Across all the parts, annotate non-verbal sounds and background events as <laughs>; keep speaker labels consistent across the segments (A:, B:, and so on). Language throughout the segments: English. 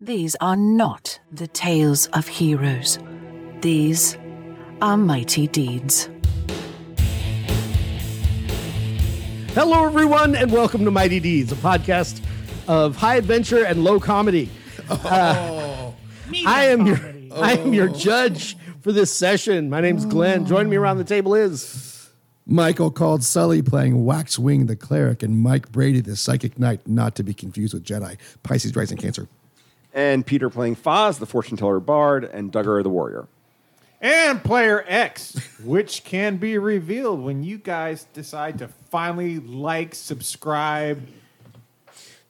A: These are not the tales of heroes. These are mighty deeds.
B: Hello, everyone, and welcome to Mighty Deeds, a podcast of high adventure and low comedy.
C: Oh.
B: Uh, I am your I am your judge for this session. My name's Glenn. Joining me around the table is
D: Michael called Sully playing Waxwing the Cleric and Mike Brady the Psychic Knight, not to be confused with Jedi, Pisces, Rising Cancer.
E: and Peter playing Foz, the fortune teller bard, and Duggar the warrior.
C: And player X, which can be revealed when you guys decide to finally like, subscribe,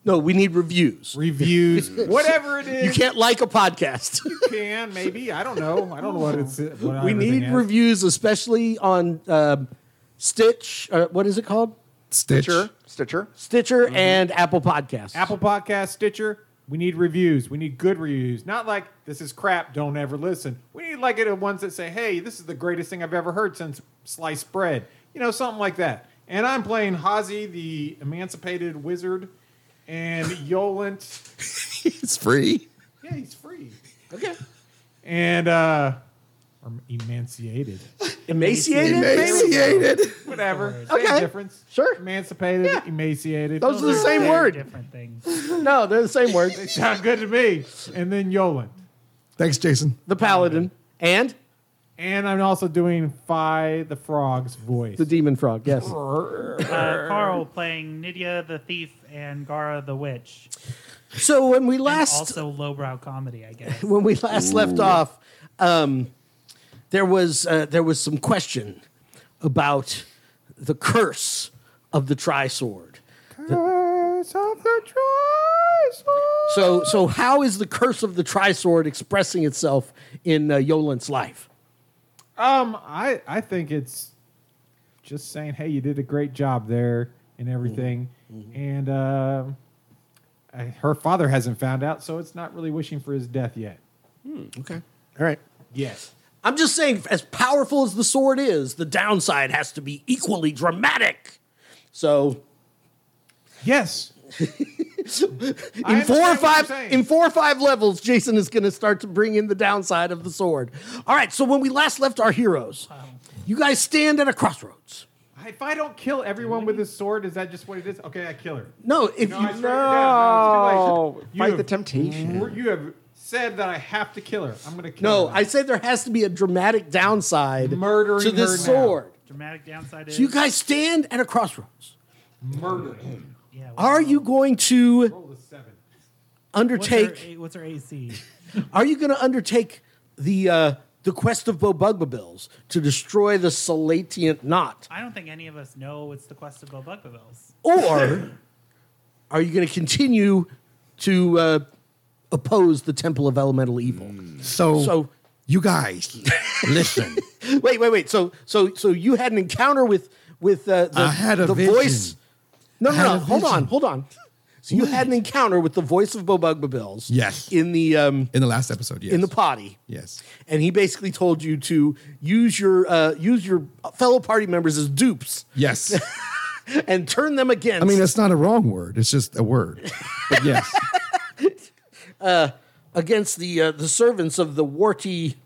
B: no. We need reviews. <laughs>
C: reviews, whatever it is.
B: You can't like a
C: <laughs>
B: podcast.
C: can, maybe. I don't know. I don't know what it's. What
B: we
C: everything
B: need
C: is.
B: reviews, especially on um Stitch. Uh, what is it called?
D: Stitch.
E: Stitcher, Stitcher.
B: Stitcher and Apple Podcasts.
C: Mm-hmm. Apple Podcast, Stitcher. We need reviews. We need good reviews. Not like this is crap. Don't ever listen. We need like it ones that say, "Hey, this is the greatest thing I've ever heard since sliced bread." You know, something like that. And I'm playing Hazi, the emancipated wizard, and Yolent.
D: <laughs> It's free.
C: Yeah, he's free. Okay. And uh I'm emancipated.
B: Emaciated. maybe?
D: Emaciated.
C: <laughs> Whatever. Same
B: Okay.
C: difference.
B: Sure.
C: Emancipated, emaciated.
B: Those are the same
F: They're
B: word.
F: Different things.
B: <laughs> No, they're the same
C: <laughs>
B: word.
C: sound good to me. And then Yoland.
D: Thanks, Jason.
B: The Paladin and
C: And I'm also doing Phi the Frog's voice.
B: the Demon Frog. Yes.
F: Uh, Carl playing Nydia the thief and Gara the witch.
B: So when we
F: And
B: last
F: also lowbrow comedy, I
B: <laughs>
F: guess.
B: when we last left off, um, there was uh, there was some question about the curse of the Trisword.
C: Curse of the Trisword.
B: So so how is the curse of the Trisword expressing itself in uh, Yolant's life?
C: Um, I I think it's just saying, hey, you did a great job there and everything,
B: Mm-hmm.
C: and uh, I, her father hasn't found out, so it's not really wishing for his death yet.
D: Okay.
B: All right.
C: Yes.
B: I'm just saying, as powerful as the sword is, the downside has to be equally dramatic. So <laughs>
C: Yes.
B: in four or
C: understand what you're
B: five
C: saying.
B: in four or five levels, Jason is going to start to bring in the downside of the sword. All right. So when we last left our heroes, you guys stand at a crossroads.
C: If I don't kill everyone with his sword, is that just what it is? Okay, I kill her.
B: No, if
C: No, I
B: you,
C: swear to
E: Oh,
C: God, no, it's too late. You
E: fight the
C: have-
E: temptation.
C: You have said that I have to kill her. I'm gonna kill
B: Mm. no,
C: her.
B: I said there has to be a dramatic downside
C: Murdering
B: to
C: her
B: this
C: now.
B: sword.
F: Dramatic downside is.
B: So you guys stand at a crossroads.
C: murder him.
F: yeah, what's
B: Are you going to
C: Roll a seven.
F: what's her-
B: undertake?
F: what's her AC?
B: Are you going to undertake the uh, the quest of Bobugbabills to destroy the Salatiant knot,
F: I don't think any of us know it's the quest of Bobugbabills.
B: or <laughs> are you going to continue to uh, oppose the Temple of Elemental Evil?
D: So,
B: So-
D: you guys,
B: <laughs>
D: listen.
B: Wait, wait, wait. So, so, so you had an encounter with with uh, the,
D: I had a
B: the
D: vision.
B: voice. No,
D: I
B: no,
D: had
B: no.
D: a
B: Hold on,
D: vision.
B: hold on. So you had an encounter with the voice of Bobugbabills.
D: Yes.
B: In the um,
D: In the last episode, yes.
B: in the potty.
D: Yes.
B: And he basically told you to use your uh, use your fellow party members as dupes
D: Yes.
B: and turn them against.
D: I mean, that's not a wrong word. It's just a word.
B: <laughs>
D: But yes.
B: against the uh, the servants of the warty.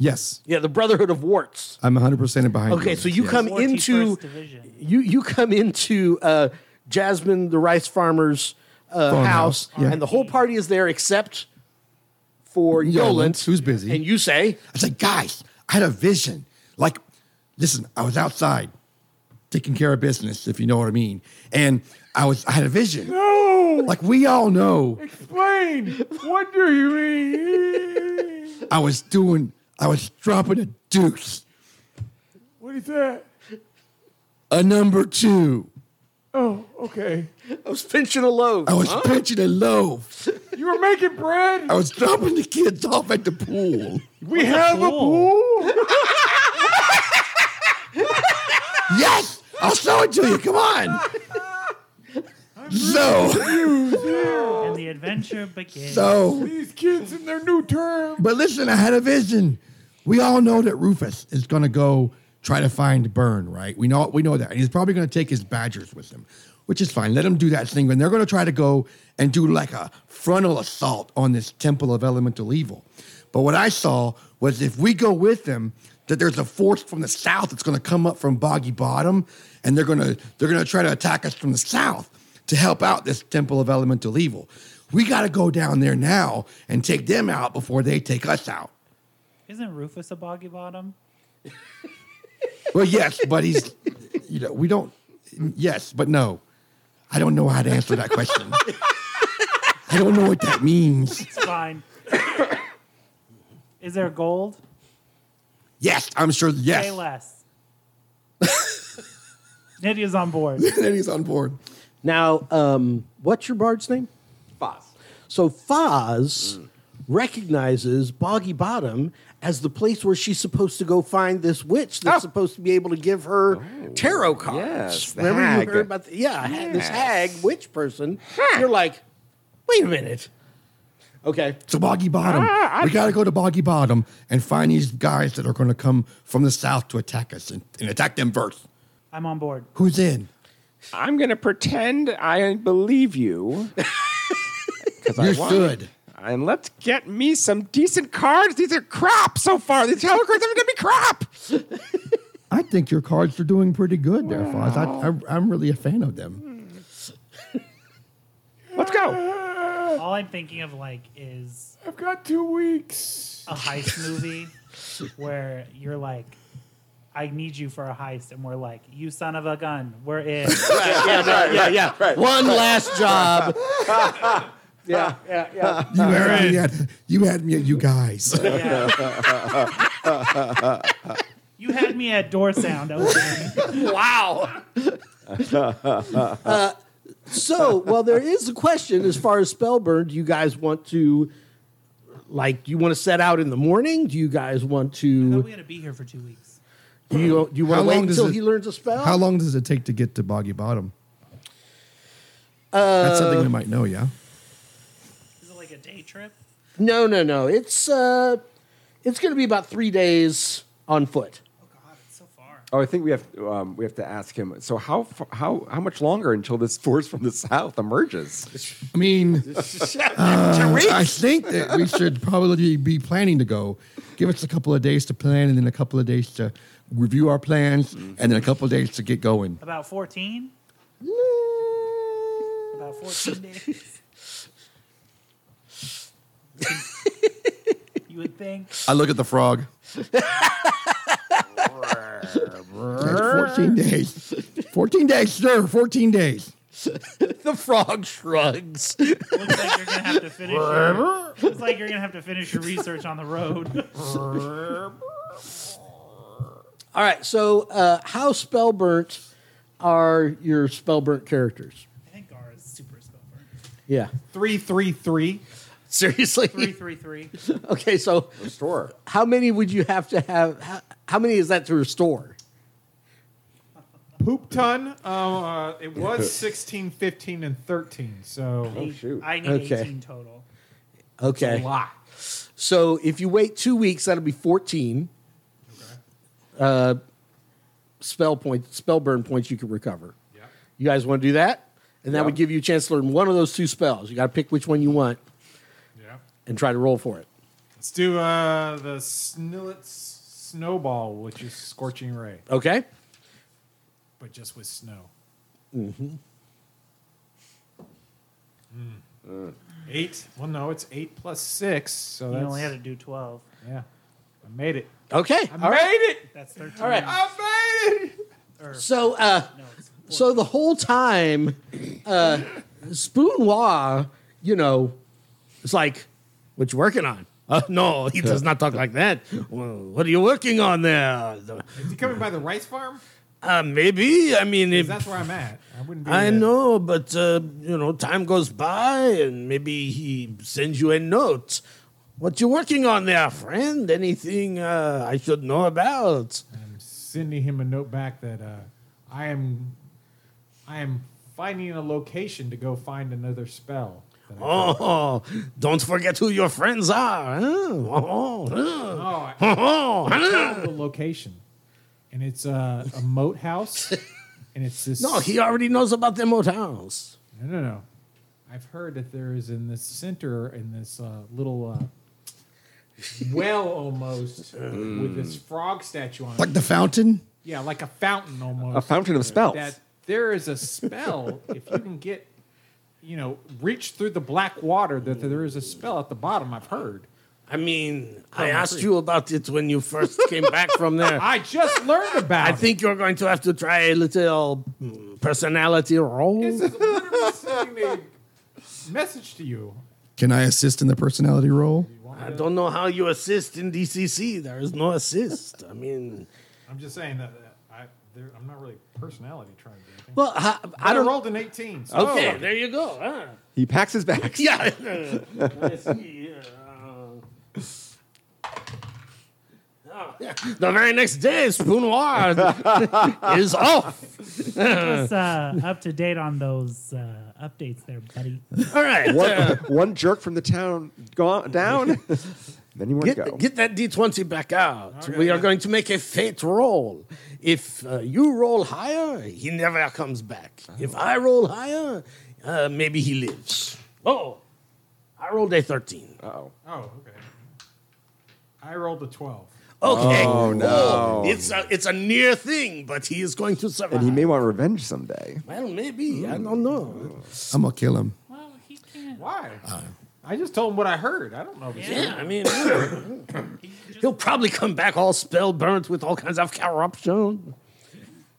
D: Yes.
B: Yeah, the Brotherhood of Warts.
D: I'm 100% behind
B: Okay,
D: on
B: so
D: this,
B: you
D: yes.
B: come
F: Warty
B: into
F: First Division.
B: you you come into uh, Jasmine the rice farmer's uh, house,
D: Farmhouse, yeah.
B: and the whole party is there except for Yolent,
D: Yolent, who's busy.
B: And you say,
D: I said, guys, I had a vision. Like, listen, I was outside taking care of business, if you know what I mean. And I was I had a vision.
C: No.
D: Like we all know,
C: Explain. what do you mean?
D: I was doing I was dropping a deuce.
C: What is that?
D: A number two.
C: Oh, okay.
B: "I was pinching a loaf."
D: I was pinching a loaf.
C: You were making bread.
D: I was dropping the kids off at the pool.
C: We have a
F: pool?
C: pool.
D: Yes! I'll show it to you. Come
C: <laughs>
D: on. So,
F: And the adventure
B: <laughs>
F: begins.
D: so
C: These kids in their new term.
D: But listen, I had a vision. We all know that Rufus is going to go try to find Burn, right? We know we know that. And he's probably going to take his badgers with him. which is fine. Let them do that thing. When they're going to try to go and do like a frontal assault on this temple of elemental evil. But what I saw was if we go with them, that there's a force from the south that's going to come up from Boggy Bottom, and they're going to they're going to try to attack us from the south to help out this temple of elemental evil. We got to go down there now and take them out before they take us out.
F: Isn't Rufus a boggy bottom?
D: Well, yes, but he's, <laughs> you know, we don't, yes, but no. I don't know how to answer that question. <laughs> I don't know what that means.
F: It's fine. Is there gold?
D: Yes, I'm sure,
F: Say
D: <laughs> yes.
F: less.
B: <laughs>
F: Nidia's on board.
D: And he's on board.
B: Now, um, what's your bard's name?
E: Foz.
B: So Foz recognizes Boggy Bottom as the place where she's supposed to go find this witch that's supposed to be able to give her tarot cards.
E: Oh. yes, the
B: Remember
E: hag.
B: you heard about the, yeah, ha- this
E: Yes.
B: hag witch person. You're like, wait a minute. Okay.
D: So Boggy Bottom, we got to go to Boggy Bottom and find these guys that are going to come from the south to attack us and, and attack them first.
F: I'm on board.
D: Who's in?
E: I'm going to pretend I believe you. 'Cause I
D: You
E: won.
D: should.
E: And let's get me some decent cards. These are crap so far. These tarot cards are going to be crap.
D: I think your cards are doing pretty good there, Foz. I, I, I'm really a fan of them.
E: Let's go.
F: All I'm thinking of like is
C: I've got two weeks.
F: a heist movie where you're like, I need you for a heist, and we're like, you son of a gun, we're in.
B: yeah, yeah. One last job.
D: You had, me at, you had me at you guys.
F: Yeah. you had me at door sound. Okay.
B: wow. so, well, there is a question as far as Spellburn. Do you guys want to, like, do you want to set out in the morning? Do you guys want
F: We're
B: to?
F: gonna be here for two weeks.
B: Do you, do you want
D: <laughs> How
B: to
D: long
B: wait
D: does
B: until
D: it-
B: he learns a spell?
D: How long does it take to get to Boggy Bottom? That's something
B: Uh,
D: we might know, yeah.
F: Is it like a day trip?
B: No, no, no. It's uh, it's going to be about three days on foot.
F: Oh God, it's so far.
E: Oh, I think we have um, we have to ask him. So how f- how how much longer until this force from the south emerges?
B: <laughs>
D: I mean, uh, I think that we should probably be planning to go. Give us a couple of days to plan, and then a couple of days to review our plans, and then a couple of days to get going.
F: About fourteen. About fourteen days. you would think.
D: I look at the frog. That's 14 days. 14 days, sir. 14 days.
B: The frog shrugs.
F: Looks like you're gonna have to finish. Your, looks like you're gonna have to finish your research on the road. <laughs>
B: All right. So, uh, how spellburnt are your spellburnt characters?
F: I think Gar is super spell burn.
B: Yeah.
C: Three, three, three.
B: Seriously.
F: Three, three, three.
B: <laughs> Okay. So,
E: Restore.
B: how many would you have to have? How, how many is that to restore?
C: Poop ton. Uh,
B: <laughs>
C: it was 16, 15, and 13. So
E: Oh, shoot.
F: I need
B: Okay.
F: eighteen total.
B: Okay.
C: a lot.
B: So if you wait two weeks, that'll be fourteen. Uh, spell points, spell burn points you can recover. You guys want to do that? And that
E: Yeah.
B: would give you a chance to learn one of those two spells. You got to pick which one you want
C: Yeah.
B: and try to roll for it.
C: Let's do uh, the Snillet Snowball, which is Scorching Ray,
B: Okay.
C: but just with snow. Mm-hmm. Eight. Well, no, it's eight plus six. So
F: You
C: that's.
F: only had to do twelve.
C: yeah. I made it.
B: Okay.
C: I
B: All
C: made
B: right.
C: it.
F: That's thirteen.
B: All right.
C: I made it.
B: So, uh,
F: No, it's
B: so the whole time, uh, Spoon Wah, you know, it's like, what you working on? <laughs> Uh, no, he does not talk like that. Well, what are you working on there?
C: Is he coming by the rice farm?
B: Uh, maybe. I mean, if,
C: 'Cause that's where I'm at. I wouldn't be.
B: I
C: there.
B: know, but uh, you know, time goes by, and maybe he sends you a note. What you working on there, friend? Anything uh, I should know about?
C: I'm sending him a note back that uh, I am, I am finding a location to go find another spell. that I found.
B: Oh, don't forget who your friends are. huh? Oh, oh,
C: Oh, I
B: oh, oh, huh?
C: found the location, and it's uh, a moat house, and it's this.
B: No, he already knows about the immortals.
C: No, no, no. I've heard that there is in this center, in this uh,
B: <laughs>
C: little uh, well almost, with this
B: Mm.
C: frog statue on
D: Like
C: it.
D: the fountain?
C: Yeah, like a fountain almost.
E: A fountain of spells.
C: That there is a spell if you can get, you know, reach through the black water. That there is a spell at the bottom. I've heard.
B: I mean, I
C: Probably.
B: asked you about it when you first came back from there.
C: <laughs>
B: <laughs>
C: I just learned about.
B: I think you're going to have to try a little mm, personality role.
C: it. this is literally sending a message to you.
D: Can I assist in the personality role?
B: I don't know how you assist in DCC. There is no assist. I mean,
C: I'm just saying that uh, I, there, I'm not really personality trying to do anything.
B: well, I,
C: I
B: I don't.
C: rolled an 18. So
B: Okay, there you go. huh?
E: Oh. He packs his bags.
B: Oh. <laughs> Yeah. Let's see, uh, oh, The very next day, <laughs> Spoonoir is off.
F: Just uh, up to date on those uh, updates there, buddy.
B: All right. uh,
E: One, <laughs> one jerk from the town gone down. <laughs> then you want to go.
B: uh, Get, get that d20 back out. we are going to make a fate roll. If uh, you roll higher, he never comes back. If I roll higher, uh, maybe he lives. Oh, I rolled a 13.
E: oh
C: Oh, okay. I rolled a 12.
B: Okay.
E: Oh, no.
B: It's a, it's a near thing, but he is going to survive.
E: And he may want revenge someday.
B: well, maybe. I don't know.
D: I'm going to kill him.
F: Well, he can't.
C: Why? I just told him what I heard. I don't know. If it's
B: Yeah, I
E: <coughs>
B: mean, he'll probably come back all spell burnt with all kinds of corruption.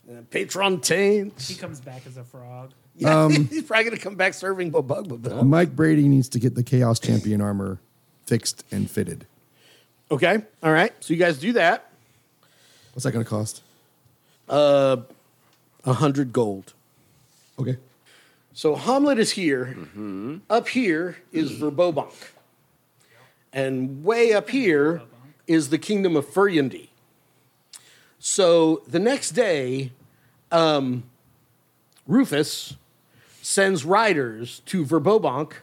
B: Uh, patron taint. <laughs>
F: He comes back as a frog.
B: Yeah,
E: Um,
B: he's probably gonna come back serving Bobug.
D: Mike Brady needs to get the Chaos Champion armor fixed and fitted.
B: Okay, all right. So you guys do that.
D: What's that going to cost?
B: A hundred gold.
D: Okay.
B: So Hamlet is here. Up here is Verbobonk, and way up here is the kingdom of Furyandi. So the next day, um, Rufus sends riders to Verbobonk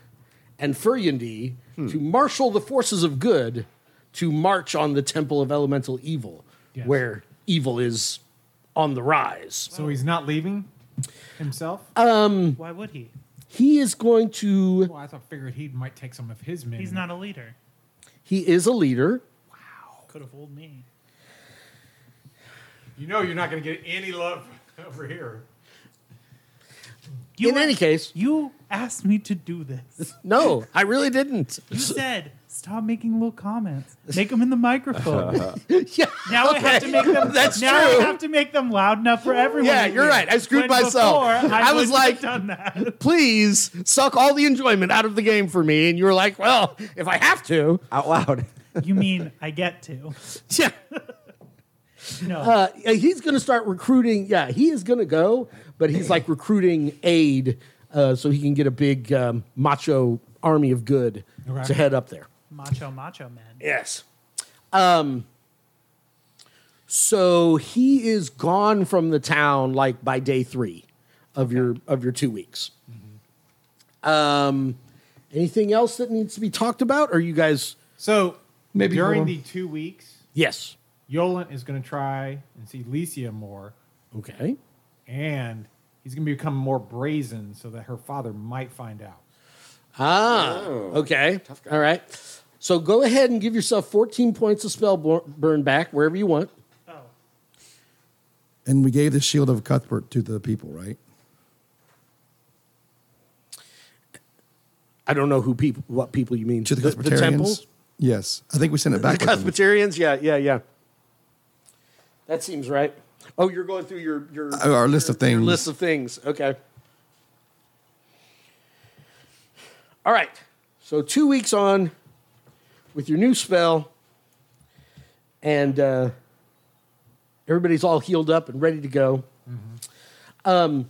B: and Furyandi to marshal the forces of good to march on the Temple of Elemental Evil,
C: Yes.
B: where evil is on the rise.
C: So he's not leaving himself?
F: Why would he?
B: He is going to.
C: well, I thought figured he might take some of his men.
F: He's not a leader.
B: He is a leader.
F: Could have fooled me.
C: You know, you're not going to get any love <laughs> over here.
F: You
B: In any case-
F: you asked me to do this.
B: <laughs> No, I really didn't.
F: You said stop making little comments. Make them in the microphone.
B: <laughs> Yeah,
F: <laughs> Now I have to make them.
B: That's
F: now
B: true.
F: I have to make them loud enough for everyone.
B: Yeah,
F: to
B: you're
F: hear.
B: right. I screwed
F: When
B: myself.
F: before,
B: I was
F: wouldn't have
B: like-
F: done that.
B: please suck all the enjoyment out of the game for me. And you were like, well, if I have to,
E: Out loud.
F: You mean I get to?
B: yeah.
F: No.
B: Uh, yeah, he's going to start recruiting. Yeah, he is going to go, but he's like recruiting aid uh, so he can get a big um, macho army of good
C: Okay.
B: to head up there.
F: macho, macho man.
B: Yes. Um. So he is gone from the town like by day three of your of your two weeks. Um. Anything else that needs to be talked about? Or you guys?
C: So
D: Maybe
C: during
D: more.
C: the two weeks,
B: Yes.
C: Yolan is going to try and see Licia more,
B: Okay.
C: and he's going to become more brazen so that her father might find out.
B: Ah. Okay. All right. So go ahead and give yourself 14 points of spell bur- burn back wherever you want.
F: Oh,
D: And we gave the shield of Cuthbert to the people, right?
B: I don't know who people, what people you mean.
D: To the,
B: the
D: Cuthbertarians.
B: temple.
D: Yes. I think we sent it back. with them.
B: Presbyterians, yeah, yeah, yeah. That seems right. Oh, you're going through your your
D: Uh, our list of
B: your- your
D: things.
B: list of things. Okay. All right. So two weeks on with your new spell, and uh, everybody's all healed up and ready to go. Um,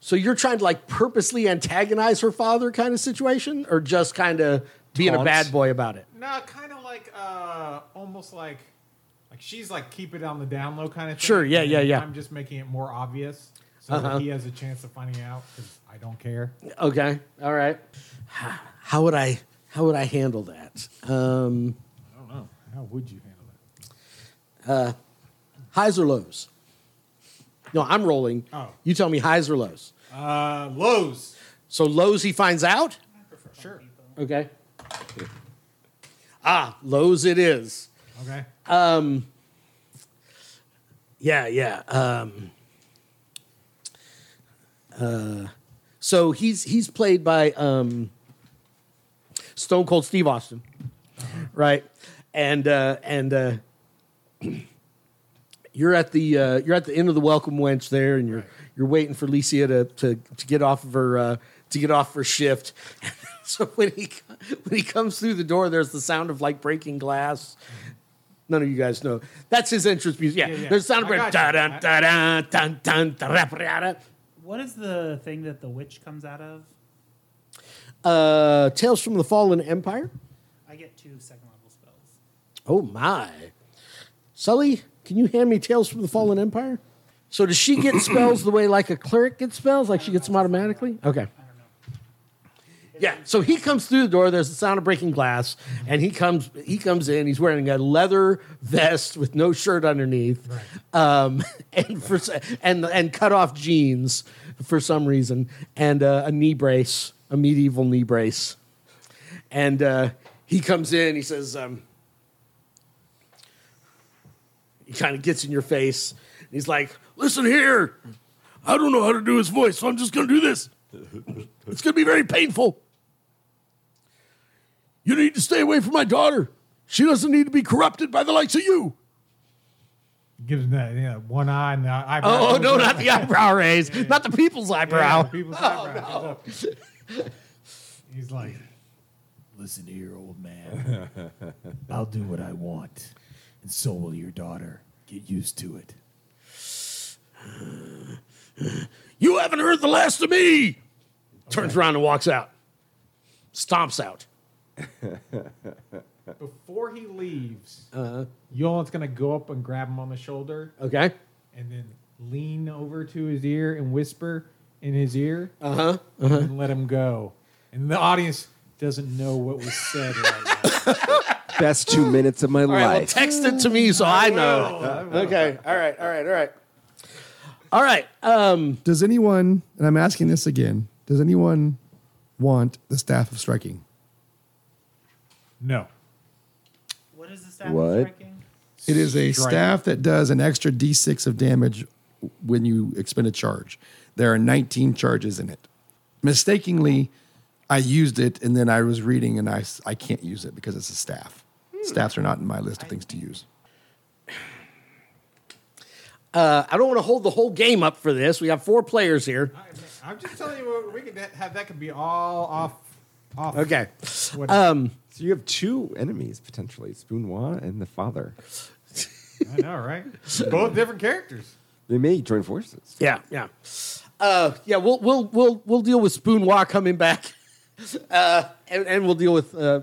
B: so you're trying to like purposely antagonize her father, kind of situation, or just kind of being a
E: Taunt.
B: bad boy about it.
C: No, kind of like uh, almost like like she's like keep it on the down low kind of thing.
B: Sure, yeah,
C: and
B: yeah, Uh-huh. yeah.
C: I'm just making it more obvious so that he has a chance of finding out because I don't care.
B: Okay. All right. How would I how would I handle that? Um,
C: I don't know. How would you handle it?
B: highs or lows? No, I'm rolling.
C: Oh.
B: You tell me highs or lows.
C: Uh, Lowe's.
B: So lows he finds out.
C: Sure.
B: Okay. Ah, lows it is.
C: Okay.
B: Yeah, yeah. Um, uh, so he's he's played by um, Stone Cold Steve Austin, right? And uh, and uh, <clears throat> you're at the uh, you're at the end of the welcome wench there, and you're you're waiting for Licia to, to to get off of her uh, to get off her shift. <laughs> so when he when he comes through the door, there's the sound of like breaking glass. None of you guys know. That's his entrance music. Yeah,
C: yeah.
B: there's the sound of
C: I
B: breaking.
C: got you.
B: Da-dun, da-dun, dun, dun, da-ra-ra-ra.
F: What is the thing that the witch comes out of?
B: Uh, Tales from the Fallen Empire.
F: I get two second level spells.
B: Oh my, Sully, can you hand me Tales from the Fallen Empire? So does she get spells the way like a cleric gets spells? Like she gets them automatically? Okay. Yeah. So he comes through the door. There's the sound of breaking glass, and he comes. He comes in. He's wearing a leather vest with no shirt underneath, um, <laughs> and for s- and and cut off jeans for some reason, and uh, a knee brace, a medieval knee brace, and uh, he comes in. He says. Um, he kind of gets in your face. And he's like, "Listen here, I don't know how to do his voice, so I'm just going to do this. It's going to be very painful. You need to stay away from my daughter. She doesn't need to be corrupted by the likes of you."
C: Gives him that yeah, one eye and the eyebrow.
B: Oh, no, not the eyebrow raise, not the people's
C: Yeah,
B: eyebrow.
C: people's eyebrow goes up. He's like,
G: Listen here, old man. I'll do what I want, and so will your daughter. Get used to it.
B: You haven't heard the last of me. Turns around and walks out. Stomps out.
C: before he leaves, uh-huh. Yolan's gonna go up and grab him on the shoulder
B: Okay.
C: and then lean over to his ear and whisper in his ear uh-huh. and let him go. And the audience doesn't know what was said right now.
E: <laughs> Best <laughs> two minutes of my
B: All right. Well,
E: life.
B: text it to me so I know. Okay. All right. All right. All right. All right. Um,
D: Does anyone, and I'm asking this again, does anyone want the staff of striking?
C: No.
F: What is the staff
E: What?
F: what? striking?
D: It is a
C: Strike.
D: staff that does an extra d6 of damage when you expend a charge. There are 19 charges in it. Mistakenly, I used it and then I was reading and I, s- I can't use it because it's a staff. Staffs are not in my list of things to use.
B: Uh, I don't want to hold the whole game up for this. We have four players here.
C: I, I'm just telling you, what we could have that could be all off. off
B: Okay.
C: What,
E: So you have two enemies potentially, Spoonwa and the father.
C: I know, right? Both different characters.
E: They may join forces.
B: Yeah, yeah. Uh, yeah, we'll we'll we'll we'll deal with Spoonwa coming back, <laughs> uh, and, and we'll deal with uh,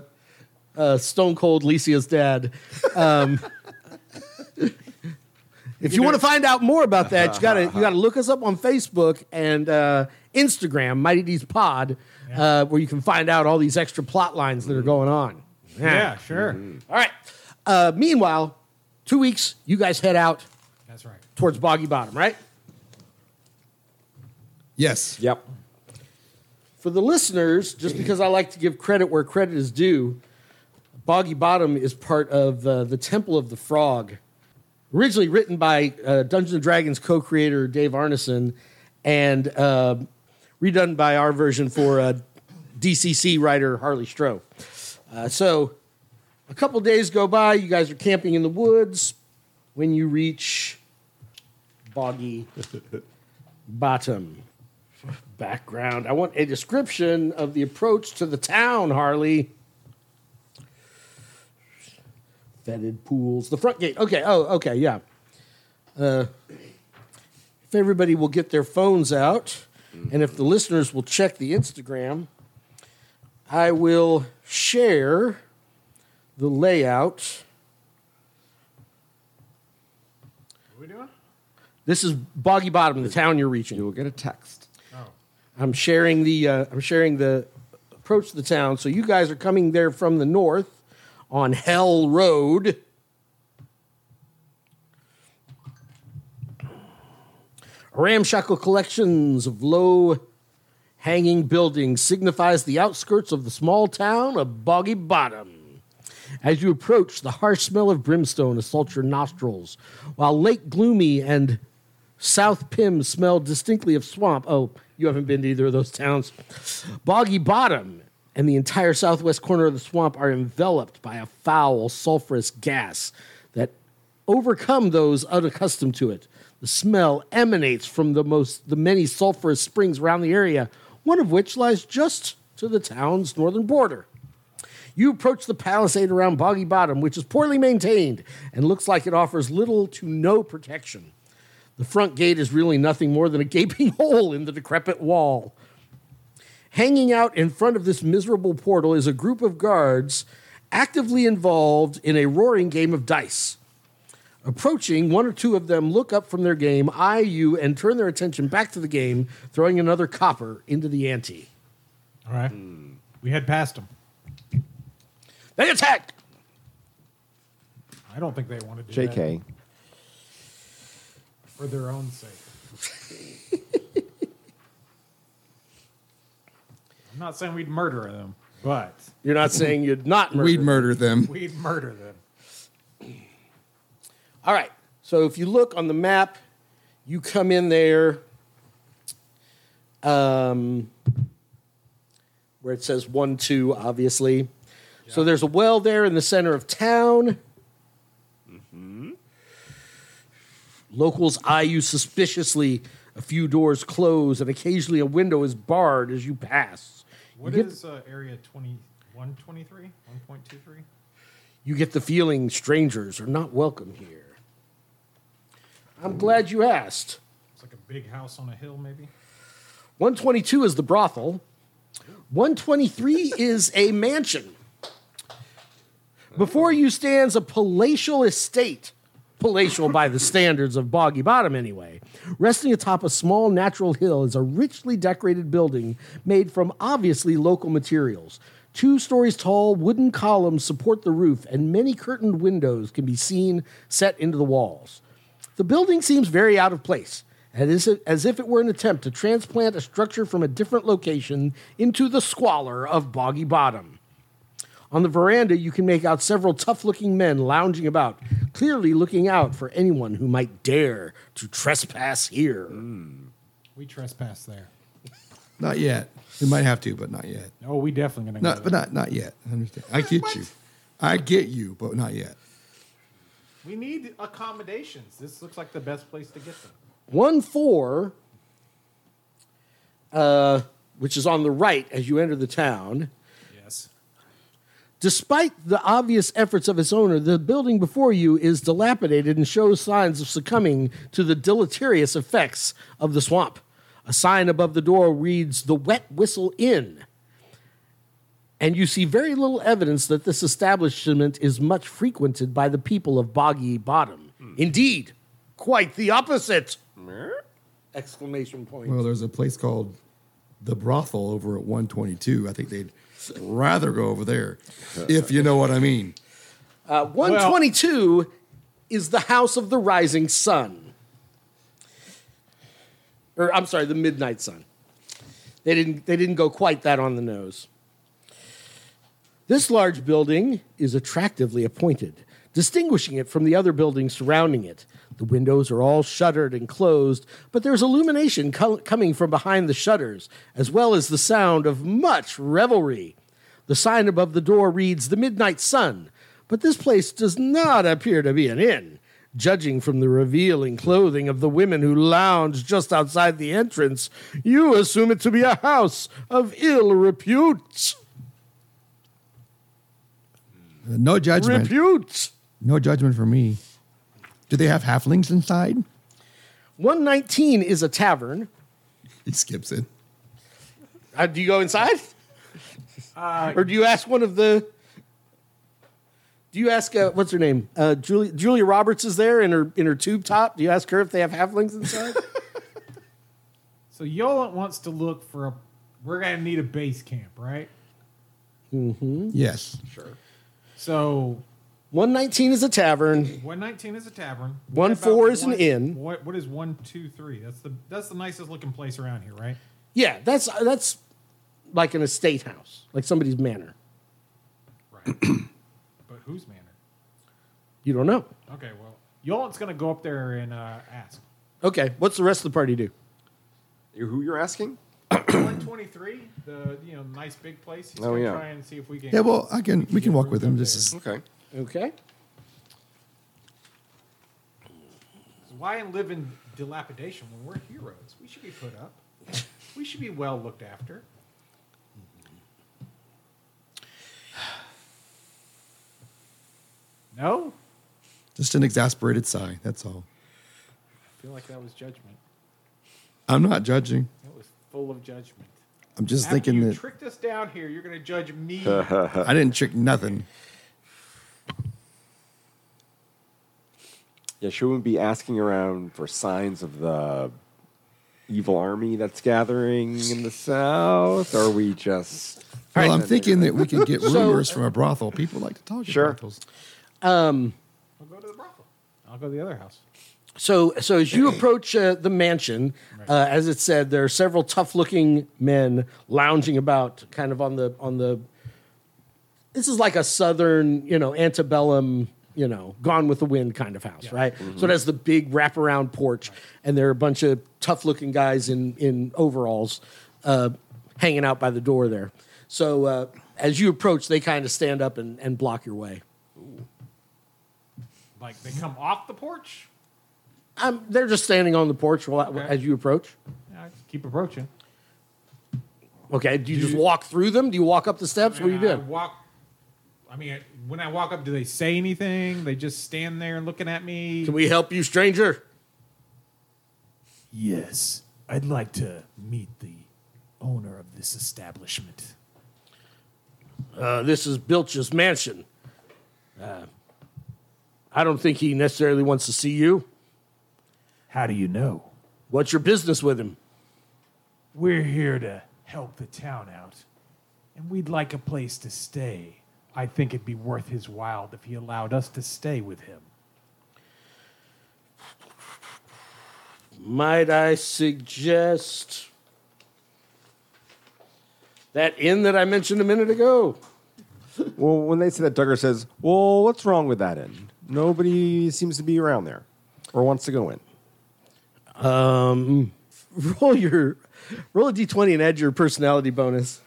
B: uh, Stone Cold Lisia's dad. Um, <laughs> if you want to find out more about that, you gotta you gotta look us up on Facebook and uh, Instagram, Mighty D's Pod, uh, where you can find out all these extra plot lines that are going on.
C: Yeah, Mm-hmm. sure.
B: All right. Uh, meanwhile, two weeks, you guys head out
C: That's right.
B: towards Boggy Bottom, right?
D: Yes.
E: Yep.
B: For the listeners, just because I like to give credit where credit is due, Boggy Bottom is part of uh, the Temple of the Frog, originally written by uh, Dungeons and Dragons co creator Dave Arneson and uh, redone by our version for uh, DCC writer Harley Stroh. Uh, so a couple days go by, you guys are camping in the woods when you reach Boggy Bottom. Background. I want a description of the approach to the town, Harley. Fetid pools. The front gate. Okay. Oh, okay. Yeah. Uh, if everybody will get their phones out and if the listeners will check the Instagram, I will share the layout.
C: What we doing?
B: This is Boggy Bottom, the town you're reaching.
E: You will get a text.
B: I'm sharing the uh, I'm sharing the approach to the town. So you guys are coming there from the north on Hell Road. Ramshackle collections of low hanging buildings signifies the outskirts of the small town of Boggy Bottom. As you approach, the harsh smell of brimstone assaults your nostrils, while Lake Gloomy and South Pym smell distinctly of swamp. Oh, you haven't been to either of those towns. Boggy Bottom and the entire southwest corner of the swamp are enveloped by a foul, sulfurous gas that overcome those unaccustomed to it. The smell emanates from the most the many sulfurous springs around the area, one of which lies just to the town's northern border. You approach the palisade around Boggy Bottom, which is poorly maintained and looks like it offers little to no protection. The front gate is really nothing more than a gaping <laughs> hole in the decrepit wall. Hanging out in front of this miserable portal is a group of guards actively involved in a roaring game of dice. Approaching, one or two of them look up from their game, eye you, and turn their attention back to the game, throwing another copper into the ante.
C: All right. We head past them.
B: They attack!
C: I don't think they want to do that
E: JK.
C: for their own sake. <laughs> I'm not saying we'd murder them, but
B: You're not saying you'd not murder.
D: We'd murder them.
C: we'd murder them.
B: All right. So if you look on the map, you come in there um, where it says 1 2, obviously. So there's a well there in the center of town. Locals eye you suspiciously. A few doors close, and occasionally a window is barred as you pass.
C: What
B: You get-
C: is uh, area 20, 123? 1.23?
B: You get the feeling strangers are not welcome here. I'm glad you asked.
C: It's like a big house on a hill, maybe?
B: 122 is the brothel. 123 is a mansion. Before you stands a palatial estate, palatial by the standards of Boggy Bottom, anyway. Resting atop a small natural hill is a richly decorated building made from obviously local materials. Two stories tall wooden columns support the roof, and many curtained windows can be seen set into the walls. The building seems very out of place, as if, as if it were an attempt to transplant a structure from a different location into the squalor of Boggy Bottom. On the veranda, you can make out several tough looking men lounging about, clearly looking out for anyone who might dare to trespass here.
C: We trespass there.
D: Not yet. We might have to, but not yet.
C: Oh, we definitely gonna
D: No,
C: go.
D: but
C: there.
D: not not yet. I understand. I get you. I get you, but not yet.
C: We need accommodations. This looks like the best place to get them.
B: 1 4, uh, which is on the right as you enter the town.
C: Yes.
B: Despite the obvious efforts of its owner, the building before you is dilapidated and shows signs of succumbing to the deleterious effects of the swamp. A sign above the door reads The Wet Whistle Inn. And you see very little evidence that this establishment is much frequented by the people of Boggy Bottom. Indeed, quite the opposite! Exclamation point.
D: Well, there's a place called the brothel over at 122. I think they'd rather go over there, if you know what I mean.
B: Uh, 122 is the house of the rising sun. Or I'm sorry, the midnight sun. They didn't they didn't go quite that on the nose. This large building is attractively appointed, distinguishing it from the other buildings surrounding it. The windows are all shuttered and closed, but there's illumination co- coming from behind the shutters, as well as the sound of much revelry. The sign above the door reads The Midnight Sun, but this place does not appear to be an inn, judging from the revealing clothing of the women who lounge just outside the entrance. You assume it to be a house of ill repute.
D: Uh, No judgment.
B: Repute.
D: No judgment for me. Do they have halflings inside?
B: 119 is a tavern.
D: He skips it.
B: Uh, do you go inside? or do you ask one of the. Do you ask, uh, what's her name? Uh, Julia, Julia Roberts is there in her, in her tube top. Do you ask her if they have halflings inside?
C: So Yolant wants to look for a. We're gonna need a base camp, right?
D: Yes.
C: So
B: 119 is a tavern.
C: One nineteen is a tavern.
B: One
C: About
B: four is an
C: one-
B: inn.
C: What, what is one two three? That's the that's the nicest looking place around here, right?
B: Yeah, that's uh, that's like an estate house, like somebody's manor. <clears throat>
C: Right. but whose manor?
B: You don't know.
C: Okay, well, Yolan's gonna go up there and uh, ask.
B: Okay, what's the rest of the party do?
E: Who you're asking?
C: One twenty three, the you know nice big place. He's
E: Oh,
C: gonna
E: yeah.
C: try and see if we can.
D: Yeah, well, I can. We can walk with him. This is
E: Okay.
B: Okay.
C: Why live in dilapidation when we're heroes? We should be put up. We should be well looked after. No?
D: just an exasperated sigh. That's all.
C: I feel like that was judgment.
D: I'm not judging.
C: That was full of judgment.
D: I'm just
C: After
D: thinking
C: you
D: that
C: tricked us down here, you're going to judge me.
D: I didn't trick nothing.
E: Yeah, she would be asking around for signs of the evil army that's gathering in the south. Or are we just
D: Well, I'm thinking that we can get rumors from a brothel. People like to talk
E: Sure.
D: at brothels.
C: I'll go to the brothel. I'll go to the other house.
B: So, so as you approach uh, the mansion, uh, as it said, there are several tough-looking men lounging about, kind of on the on the. This is like a southern, you know, antebellum, you know, Gone with the Wind kind of house, right? So it has the big wraparound porch, and there are a bunch of tough-looking guys in in overalls, uh, hanging out by the door there. So uh, as you approach, they kind of stand up and, and block your way.
C: Like, they come off the porch?
B: Um, they're just standing on the porch while,
C: Okay.
B: as you approach.
C: Yeah, I just keep approaching.
B: Okay. Do you just walk through them? Do you walk up the steps? What do you
C: And I
B: do?
C: walk. I mean, when I walk up, do they say anything? They just stand there looking at me.
B: Can we help you, stranger?
G: Yes, I'd like to meet the owner of this establishment.
B: Uh, this is Bilch's mansion. Uh, I don't think he necessarily wants to see you.
G: How do you know?
B: What's your business with him?
G: We're here to help the town out, and we'd like a place to stay.
C: I think it'd be worth his while if he allowed us to stay with him.
B: Might I suggest that inn that I mentioned a minute ago?
E: Well, when they say that, Duggar says, Well, what's wrong with that inn? Nobody seems to be around there or wants to go in.
B: Um, <laughs> roll your roll a d20 and add your personality bonus.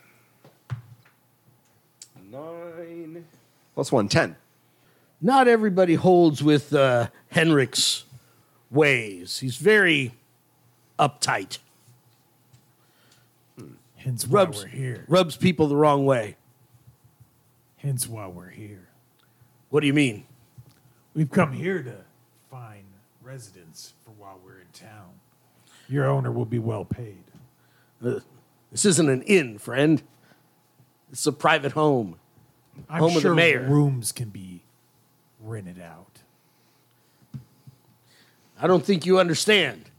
E: Nine. Plus one, ten.
B: not everybody holds with uh, Henrik's ways. He's very uptight,
G: Hence why
B: rubs
G: we're here.
B: rubs people the wrong way.
G: Hence why we're here.
B: What do you mean?
G: We've come here to find residence for while we're in town. Your owner will be well paid.
B: This isn't an inn, friend. It's a private home.
G: I'm
B: Home of the
G: sure
B: mayor.
G: rooms can be rented out.
B: I don't think you understand.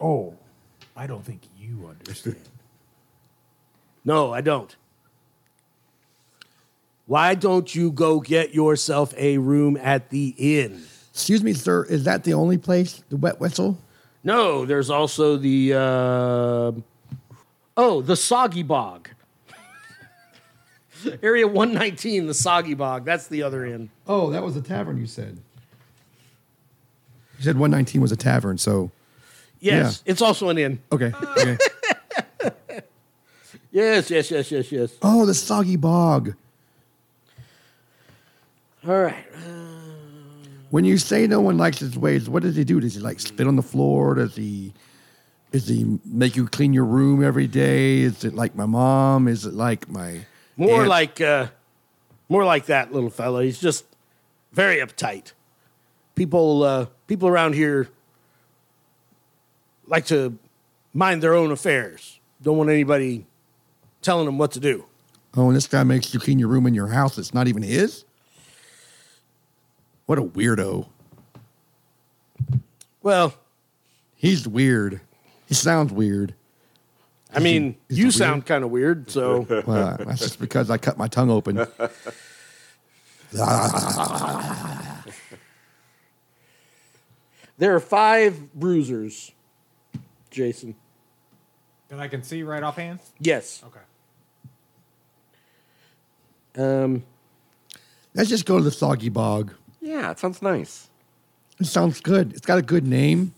G: Oh, I don't think you understand.
B: No, I don't. Why don't you go get yourself a room at the inn?
D: Excuse me, sir. Is that the only place? The wet whistle?
B: No, there's also the uh, oh, the soggy bog. <laughs> Area 119, the soggy bog. That's the other end.
D: Oh, that was a tavern. You said. You said 119 was a tavern. So
B: Yes, it's also an inn. <laughs>
D: okay. okay.
B: Yes, yes, yes, yes, yes.
D: oh, the soggy bog.
B: All right.
D: When you say no one likes his ways, what does he do? Does he like spit on the floor? Does he does he make you clean your room every day? Is it like my mom? Is it like my
B: More
D: aunt?
B: like uh, more like that little fella. He's just very uptight. People uh, people around here like to mind their own affairs. Don't want anybody telling them what to do.
D: Oh, and this guy makes you clean your room in your house that's not even his? What a weirdo.
B: Well,
D: He's weird. He sounds weird.
B: I mean,
D: is
B: you
D: it
B: sound kind of weird, so <laughs>
D: <laughs> Well, that's just because I cut my tongue open.
B: There are five bruisers, Jason.
C: That I can see right offhand.
B: Yes.
C: Okay.
B: Um,
D: Let's just go to the soggy bog.
E: Yeah, it sounds nice.
D: It sounds good. It's got a good name.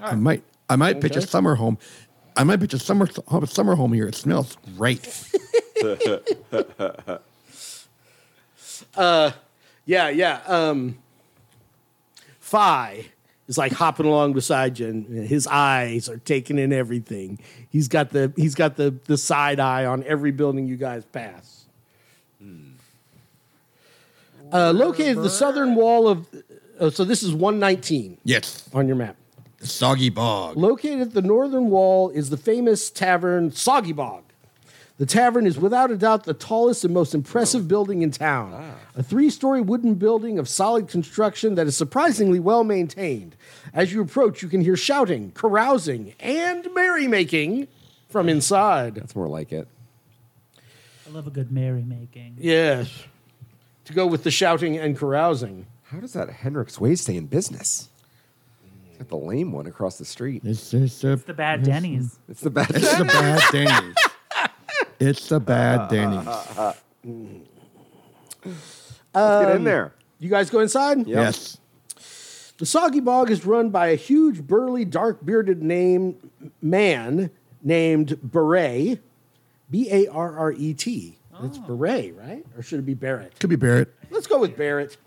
D: I might I might pitch a summer home. I might pitch a summer home- summer home here. It smells great.
B: <laughs> yeah, yeah. Um, Phi is like hopping along beside you, and his eyes are taking in everything. He's got the he's got the the side eye on every building you guys pass. Uh, located at the southern wall of, uh, so this is 119
D: yes,
B: on your map.
D: the soggy bog.
B: Located at the northern wall is the famous tavern Soggy Bog. The tavern is without a doubt the tallest and most impressive building in town. A three story wooden building of solid construction that is surprisingly well maintained. As you approach, you can hear shouting, carousing, and merrymaking from inside.
E: That's more like it.
F: I love a good merrymaking.
B: Yes. To go with the shouting and carousing.
E: How does that Hendrix Way stay in business? It's got the lame one across the street.
D: It's, it's, a,
F: It's the bad Denny's.
E: It's the best.
D: it's a bad
B: <laughs>
D: Denny's. It's the
B: Uh,
D: bad Denny's.
E: Get in there.
B: You guys go inside?
E: Yep.
D: Yes.
B: The Soggy Bog is run by a huge, burly, dark bearded name, man named Beret, B A R R E T. That's Beret, right? Or should it be Barrett?
D: Could be Barrett.
B: Let's go with Barrett.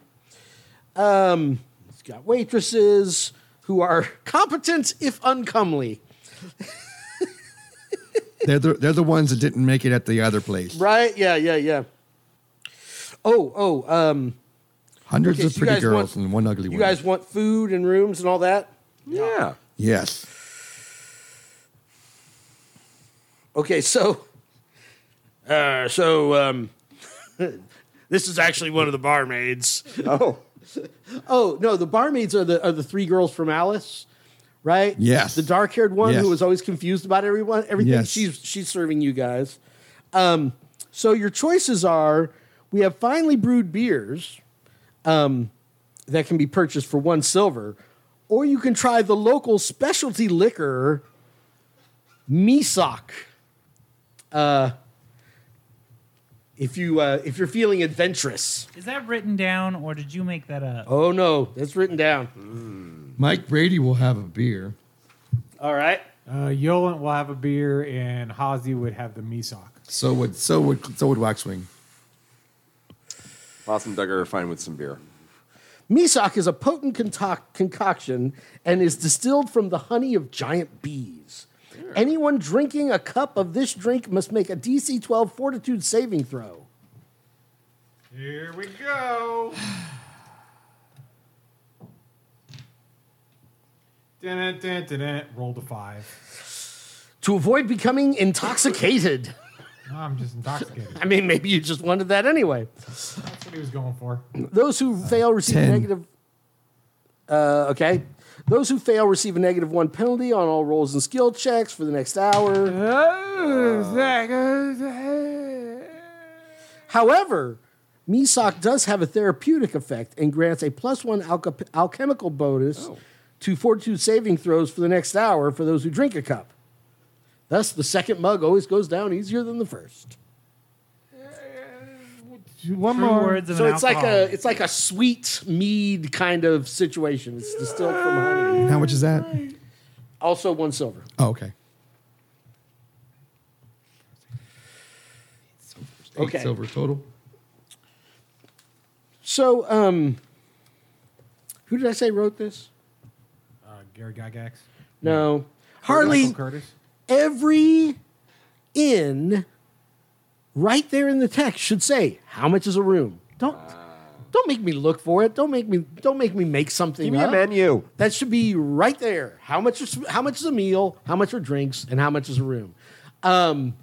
B: Um, he's got waitresses who are competent if uncomely,
D: They're the, they're the ones that didn't make it at the other place.
B: right? Yeah, yeah, yeah. Oh, oh, um,
D: Hundreds
B: Okay,
D: of
B: so you
D: pretty
B: guys
D: girls
B: want-
D: and one ugly
B: you
D: one.
B: guys want food and rooms and all that?
E: Yeah.
D: yes.
B: Okay, so, uh, so um, <laughs> this is actually one of the barmaids.
E: Oh,
B: Oh no, the barmaids are the are the three girls from Alice, right?
D: Yes.
B: the dark haired one
D: Yes.
B: who was always confused about everyone everything. <laughs>
D: Yes.
B: She's she's serving you guys. Um, so your choices are: we have finely brewed beers, um, that can be purchased for one silver, or you can try the local specialty liquor, Misak. Uh, if you uh, if you're feeling adventurous,
F: Is that written down or did you make that up?
B: oh no, that's written down.
D: Mike Brady will have a beer.
B: All right.
C: Uh, Yolent will have a beer, and Hazy would have the Misak.
D: So would so would so would Waxwing.
E: Possum Duggar are fine with some beer.
B: Misak is a potent conto- concoction and is distilled from the honey of giant bees. Anyone drinking a cup of this drink must make a DC 12 fortitude saving throw.
C: Here we go. dun, dun, dun, dun. Roll to five.
B: To avoid becoming intoxicated. <laughs>
C: I'm just intoxicated.
B: I mean, maybe you just wanted that anyway.
C: That's what he was going for.
B: Those who fail receive
D: ten.
B: negative. Uh, okay. Those who fail receive a negative one penalty on all rolls and skill checks for the next hour. However, Misak does have a therapeutic effect and grants a plus one alco- alchemical bonus to fortitude saving throws for the next hour for those who drink a cup. Thus, the second mug always goes down easier than the first.
C: One
F: True
C: more.
F: words of
B: um, So
F: an
B: it's like a
F: alcoholic.
B: it's like a sweet mead kind of situation. It's distilled from honey.
D: How much is that?
B: Also, one silver.
D: Oh, okay. Eight
B: Okay.
D: silver total.
B: So, um, who did I say wrote this?
C: Uh, Gary Gygax.
B: No, Harley.
C: Michael Curtis.
B: Every inn, right there in the text, should say how much is a room. Don't
E: Ah.
B: don't make me look for it. Don't make me don't make me make something
E: Give me a
B: up.
E: menu.
B: That should be right there. How much is how much is a meal? How much are drinks? And how much is a room? Um.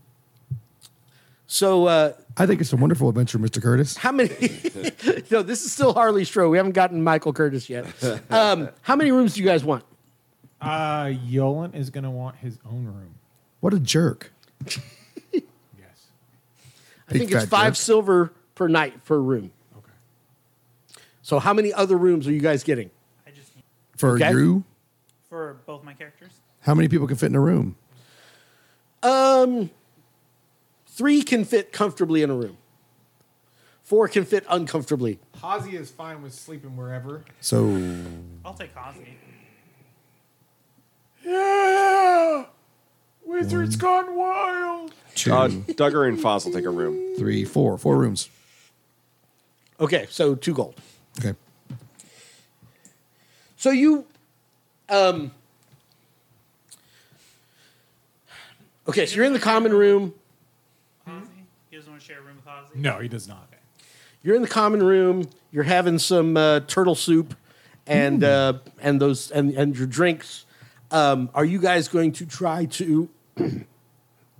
B: So uh,
D: I think it's a wonderful adventure, Mr. Curtis.
B: how many? <laughs> no, this is still Harley Stroh. We haven't gotten Michael Curtis yet. Um, how many rooms do you guys want?
C: Uh, Yolan is going to want his own room.
D: What a jerk.
C: Yes.
B: I think
D: Big
B: it's
D: fat
B: five
D: jerk.
B: silver per night per room. Okay. So how many other rooms are you guys getting?
F: I just need
D: For
B: Okay.
D: you,
F: for both my characters.
D: how many people can fit in a room?
B: Three can fit comfortably in a room. Four can fit uncomfortably.
C: Ozzy is fine with sleeping wherever.
D: So
F: I'll take Ozzy.
C: Yeah, wizards gone wild.
D: two,
E: Uh, Duggar and Foz will take a room.
D: three, four, four rooms.
B: Okay, so two gold.
D: Okay.
B: So you, um, okay, so you're in the common room. Hmm?
F: Ozzy? He doesn't want to share a room with Ozzy?
C: No, he does not.
B: You're in the common room. You're having some uh, turtle soup, and uh, and those and and your drinks. Um, are you guys going to try to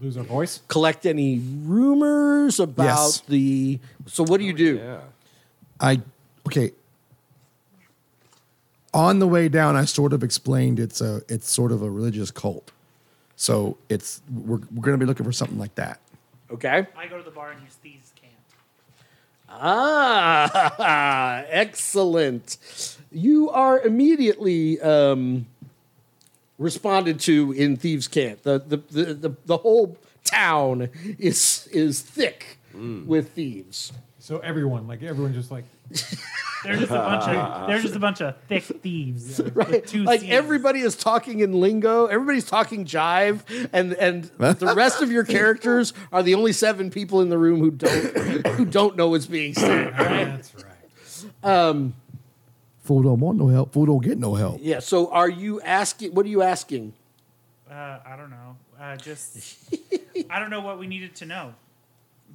C: Lose our voice.
B: collect any rumors about
D: Yes.
B: the? So what do you do?
E: Yeah.
D: I okay. On the way down, I sort of explained it's a it's sort of a religious cult, so it's we're we're gonna be looking for something like that.
B: Okay.
F: I go to the bar and use thieves' can't.
B: Ah, <laughs> excellent. You are immediately um, responded to in Thieves' Cant. The, the, the, the, the whole town is, is thick
F: Mm.
B: with thieves.
C: So everyone, like everyone, just like
F: They're just a bunch
B: <laughs>
F: of they're just a bunch of thick thieves.
B: Right?
F: two
B: Like
F: Cs.
B: everybody is talking in lingo, everybody's talking jive, and, and
F: <laughs>
B: the rest of your characters are the only seven people in the room who don't, who don't know what's being said.
C: that's right.
D: Fool don't want no help. Fool don't get no help.
B: Yeah, so are you asking, what are you asking?
F: Uh, I don't know. Uh,
D: <laughs>
F: just I don't know what we needed to know.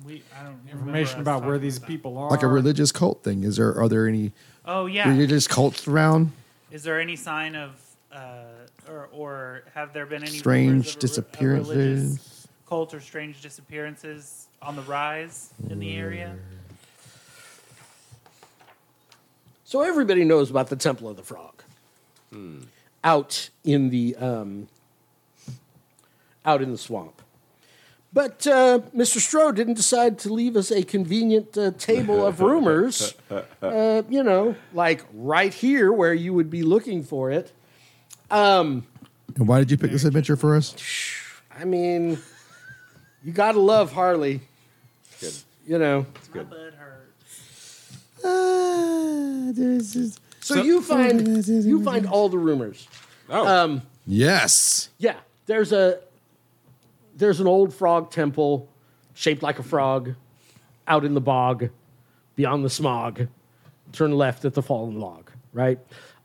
F: We I don't remember
C: Information
F: us
C: about where
F: talking
C: these
F: about
C: people are.
D: Like a religious cult thing. Is there are there any
F: that. Oh yeah.
D: religious cults around?
F: Is there any sign of uh, or or have there been any
D: Strange
F: rumors of a re- a
D: disappearances?
F: religious cult or strange disappearances on the rise in the area?
B: So everybody knows about the Temple of the Frog. Out in the um, out in the swamp. But uh, Mr. Stroh didn't decide to leave us a convenient uh, table of rumors, uh, you know, like right here where you would be looking for it.
D: And why did you pick this adventure for us?
B: I mean, you gotta love Harley,
E: Good.
B: you know.
F: My butt hurt.
D: Ah,
B: So, you find you find all the rumors.
E: Oh,
D: Yes.
B: Yeah, there's a there's an old frog temple shaped like a frog out in the bog beyond the smog. Turn left at the fallen log, right?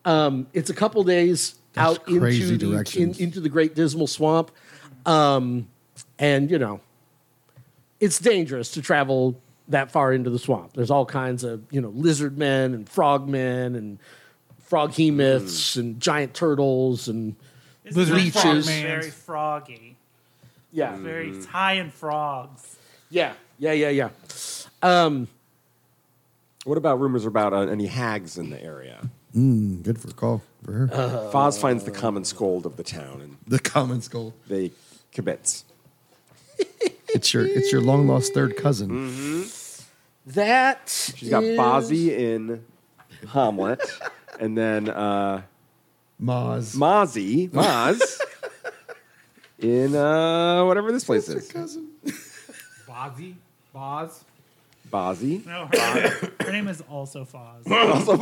B: Um, it's a couple days
D: That's
B: out into
D: crazy
B: the, in,
D: directions.
B: into the Great Dismal Swamp. Um, and, you know, it's dangerous to travel that far into the swamp. There's all kinds of, you know, lizard men and frog men and frog he myths
D: Mm.
B: and giant turtles and
F: This
C: Lizard
F: is
B: frog
F: frog
C: mans.
F: very froggy.
B: yeah.
F: Very it's high in frogs.
B: Yeah, yeah, yeah, yeah.
E: what about rumors about uh, any hags in the area?
D: Good for call for her.
E: Foz finds the common scold of the town and
D: the common skull.
E: they commits.
D: It's your it's your long lost third cousin.
B: That
E: She's got
B: is-
E: Bozzy in Hamlet, and then uh,
D: Maz.
E: Mozzie,
F: <laughs>
E: Moz, in uh, whatever this place is.
D: cousin.
C: Bozzy, Boz.
E: Bozzy.
F: No, her, her name is also Foz.
D: It's also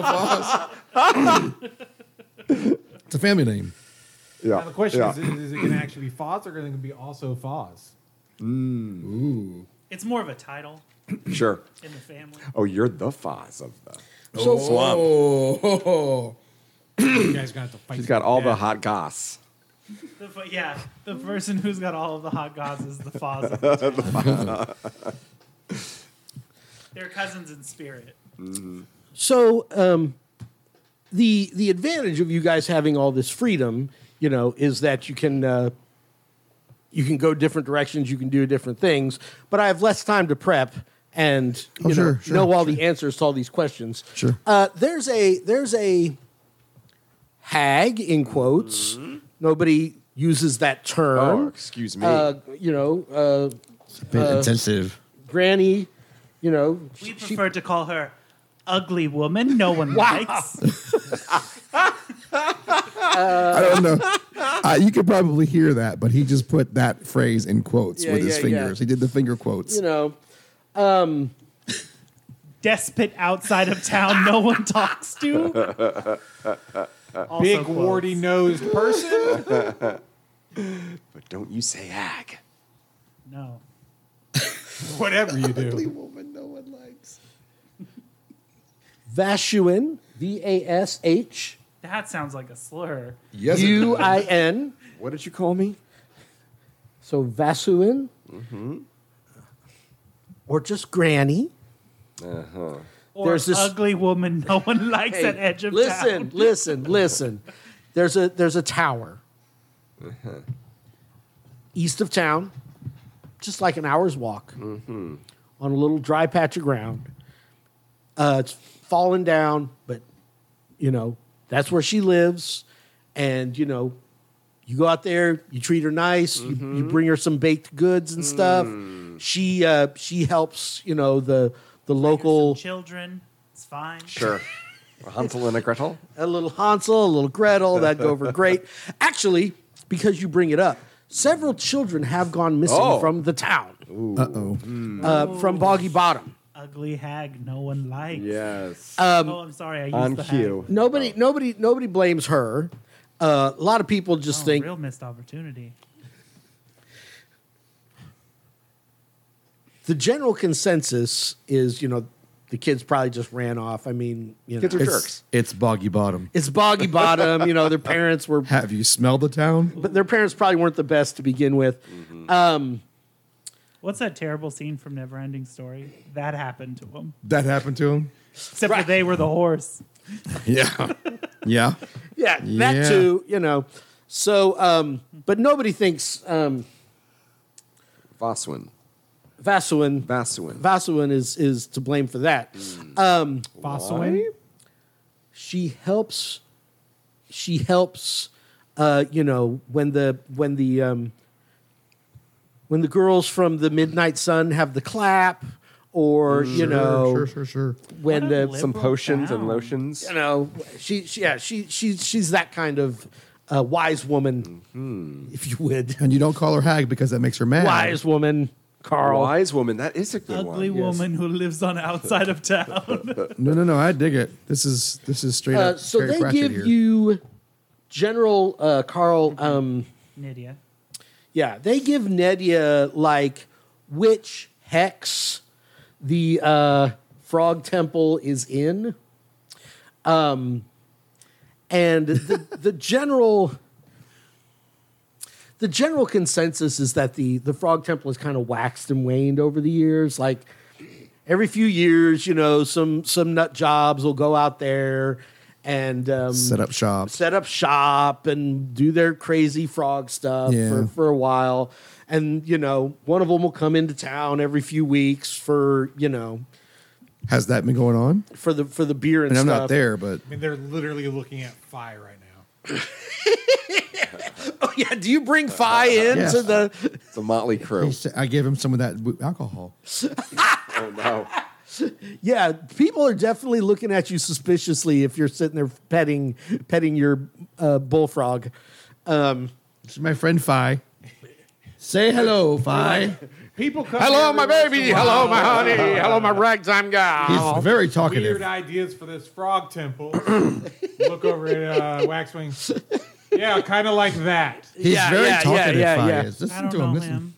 D: Maz. <laughs> it's a family name.
E: Yeah.
C: Now the question
E: yeah.
C: is, is, it going to actually be Foz or going to be also Foz?
F: It's more of a title
E: sure.
F: in the family.
E: Oh, you're the Foz of the.
B: So
D: Oh.
C: You guys going to have to fight.
E: She's got all the
C: Yeah.
E: hot goss.
F: The, fo- yeah, the person who's got all of the hot gods is the Foz. Of the
D: <laughs>
F: town. They're cousins in spirit.
B: so um, the the advantage of you guys having all this freedom, you know, is that you can uh, you can go different directions, you can do different things. But I have less time to prep and you
D: Oh,
B: know,
D: sure, sure,
B: know all the answers to all these questions.
D: Sure.
B: Uh, there's a there's a hag in quotes. Nobody uses that term.
E: Mm-hmm. Oh, excuse me.
B: Uh, you know, uh,
H: It's a bit intensive.
B: Granny, you know,
F: We
B: she, she-
F: prefer to call her ugly woman. No one likes.
D: I don't know. Uh, you could probably hear that, but he just put that phrase in quotes
B: Yeah,
D: with his
B: yeah, yeah.
D: fingers. He did the finger quotes.
B: you know,
F: Despot outside of town. No one talks to. Also
C: Big
F: quotes.
C: warty nosed
E: <laughs>
C: person.
E: But don't you say ag.
F: No.
C: Whatever you do.
B: Vashuin, V A S H
F: That sounds like a slur.
D: Yes, it
B: U I N.
E: What did you call me?
B: So Vasuin,
E: Mm-hmm.
B: or just Granny.
F: Or
B: There's this-
F: ugly woman.
B: <laughs>
F: No one likes at edge of
B: listen,
F: <laughs> town.
B: listen, listen. There's a there's a tower east of town, just like an hour's walk, on a little dry patch of ground. Uh, it's fallen down, but you know that's where she lives, and you know you go out there, you treat her nice, you, you bring her some baked goods and stuff. She uh, she helps you know the the local
F: Children. It's fine.
E: Sure. <laughs> Hansel and a Gretel.
B: a little Hansel, a little Gretel, that go
E: <laughs>
B: over great. Actually, because you bring it up, several children have gone missing
E: Oh.
B: from the town,
D: Uh oh.
B: uh, from Boggy Bottom.
F: Ugly hag. No one likes.
E: Yes.
B: Um,
F: oh, I'm sorry. I used
E: On
F: the hag.
E: cue.
B: Nobody, nobody, nobody blames her. Uh, a lot of people just
F: Oh,
B: think
F: real missed opportunity.
B: the general consensus is, you know, the kids probably just ran off. I mean, you know,
E: Kids are
B: it's,
E: jerks.
H: It's boggy bottom.
B: it's Boggy Bottom. you know,
E: <laughs>
B: their parents were
D: Have you smelled the town?
B: but their parents probably weren't the best to begin with.
E: Mm-hmm.
F: What's that terrible scene from Neverending Story? That happened to <laughs> them.
D: That happened to him?
F: Except that they were the horse.
D: Yeah. <laughs> yeah.
B: Yeah, that
D: Yeah.
B: too. You know, so um, but nobody thinks. Um,
E: Vaswin.
B: Vasuin.
E: Vaswin.
B: Vasuin is is to blame for that. Um,
C: Bosselin?
B: she helps. She helps. Uh, you know when the when the um, when the girls from the Midnight Sun have the clap, or you know
D: Sure, sure, sure.
B: when
F: What a
B: the
F: lip.
E: Some
F: Liberal
E: potions and
F: town.
E: lotions.
B: you know she, she yeah she she she's that kind of uh, wise woman, if you would,
D: And you don't call her hag because that makes her mad.
B: wise woman, Carl.
E: Wise woman. That is a good
F: Ugly
E: one.
F: woman who lives on outside of
B: <laughs>
F: town.
D: No, no, no. I dig it. This is this is straight
B: Uh,
D: up.
B: so
D: Terry
B: they
D: Pratchett
B: give
D: here.
B: you General uh, Carl. Um,
F: Nydia.
B: Yeah, they give Nedia like which hex the uh, frog temple is in. Um, and the, the general the general consensus is that the the frog temple has kind of waxed and waned over the years. Like every few years, you know, some some nut jobs will go out there and um,
D: set up shop.
B: set up shop and do their crazy frog stuff
D: Yeah.
B: for, for a while. And, you know, one of them will come into town every few weeks for, you know,
D: Has that been going on?
B: for the for the beer and,
D: And I'm
B: stuff.
D: not there, but
C: I mean, they're literally looking at fire right now.
B: Oh, yeah, do you bring Fi in
D: Uh, Yes.
B: to the
E: It's a motley crew.
D: I gave him some of that w- alcohol.
E: oh no.
B: Yeah, people are definitely looking at you suspiciously if you're sitting there petting petting your uh, bullfrog. Um,
D: This is my friend Fi. Say hello, Fi.
C: People come
I: Hello,
C: here
I: my
C: every once
I: baby.
C: in a
I: Hello,
C: while
I: my honey. Hello, my ragtime
D: He's
I: gal.
D: very
C: with Weird
D: talkative.
C: ideas for this
E: <clears throat>
C: frog temple. Look over at uh, Waxwing. Yeah, kind of like that.
D: He's
B: Yeah,
D: very
B: yeah, yeah,
D: talkative.
B: yeah,
D: Fi
B: yeah.
D: is.
F: I
D: Listen
F: don't
D: to him.
F: know
D: Listen.
F: him.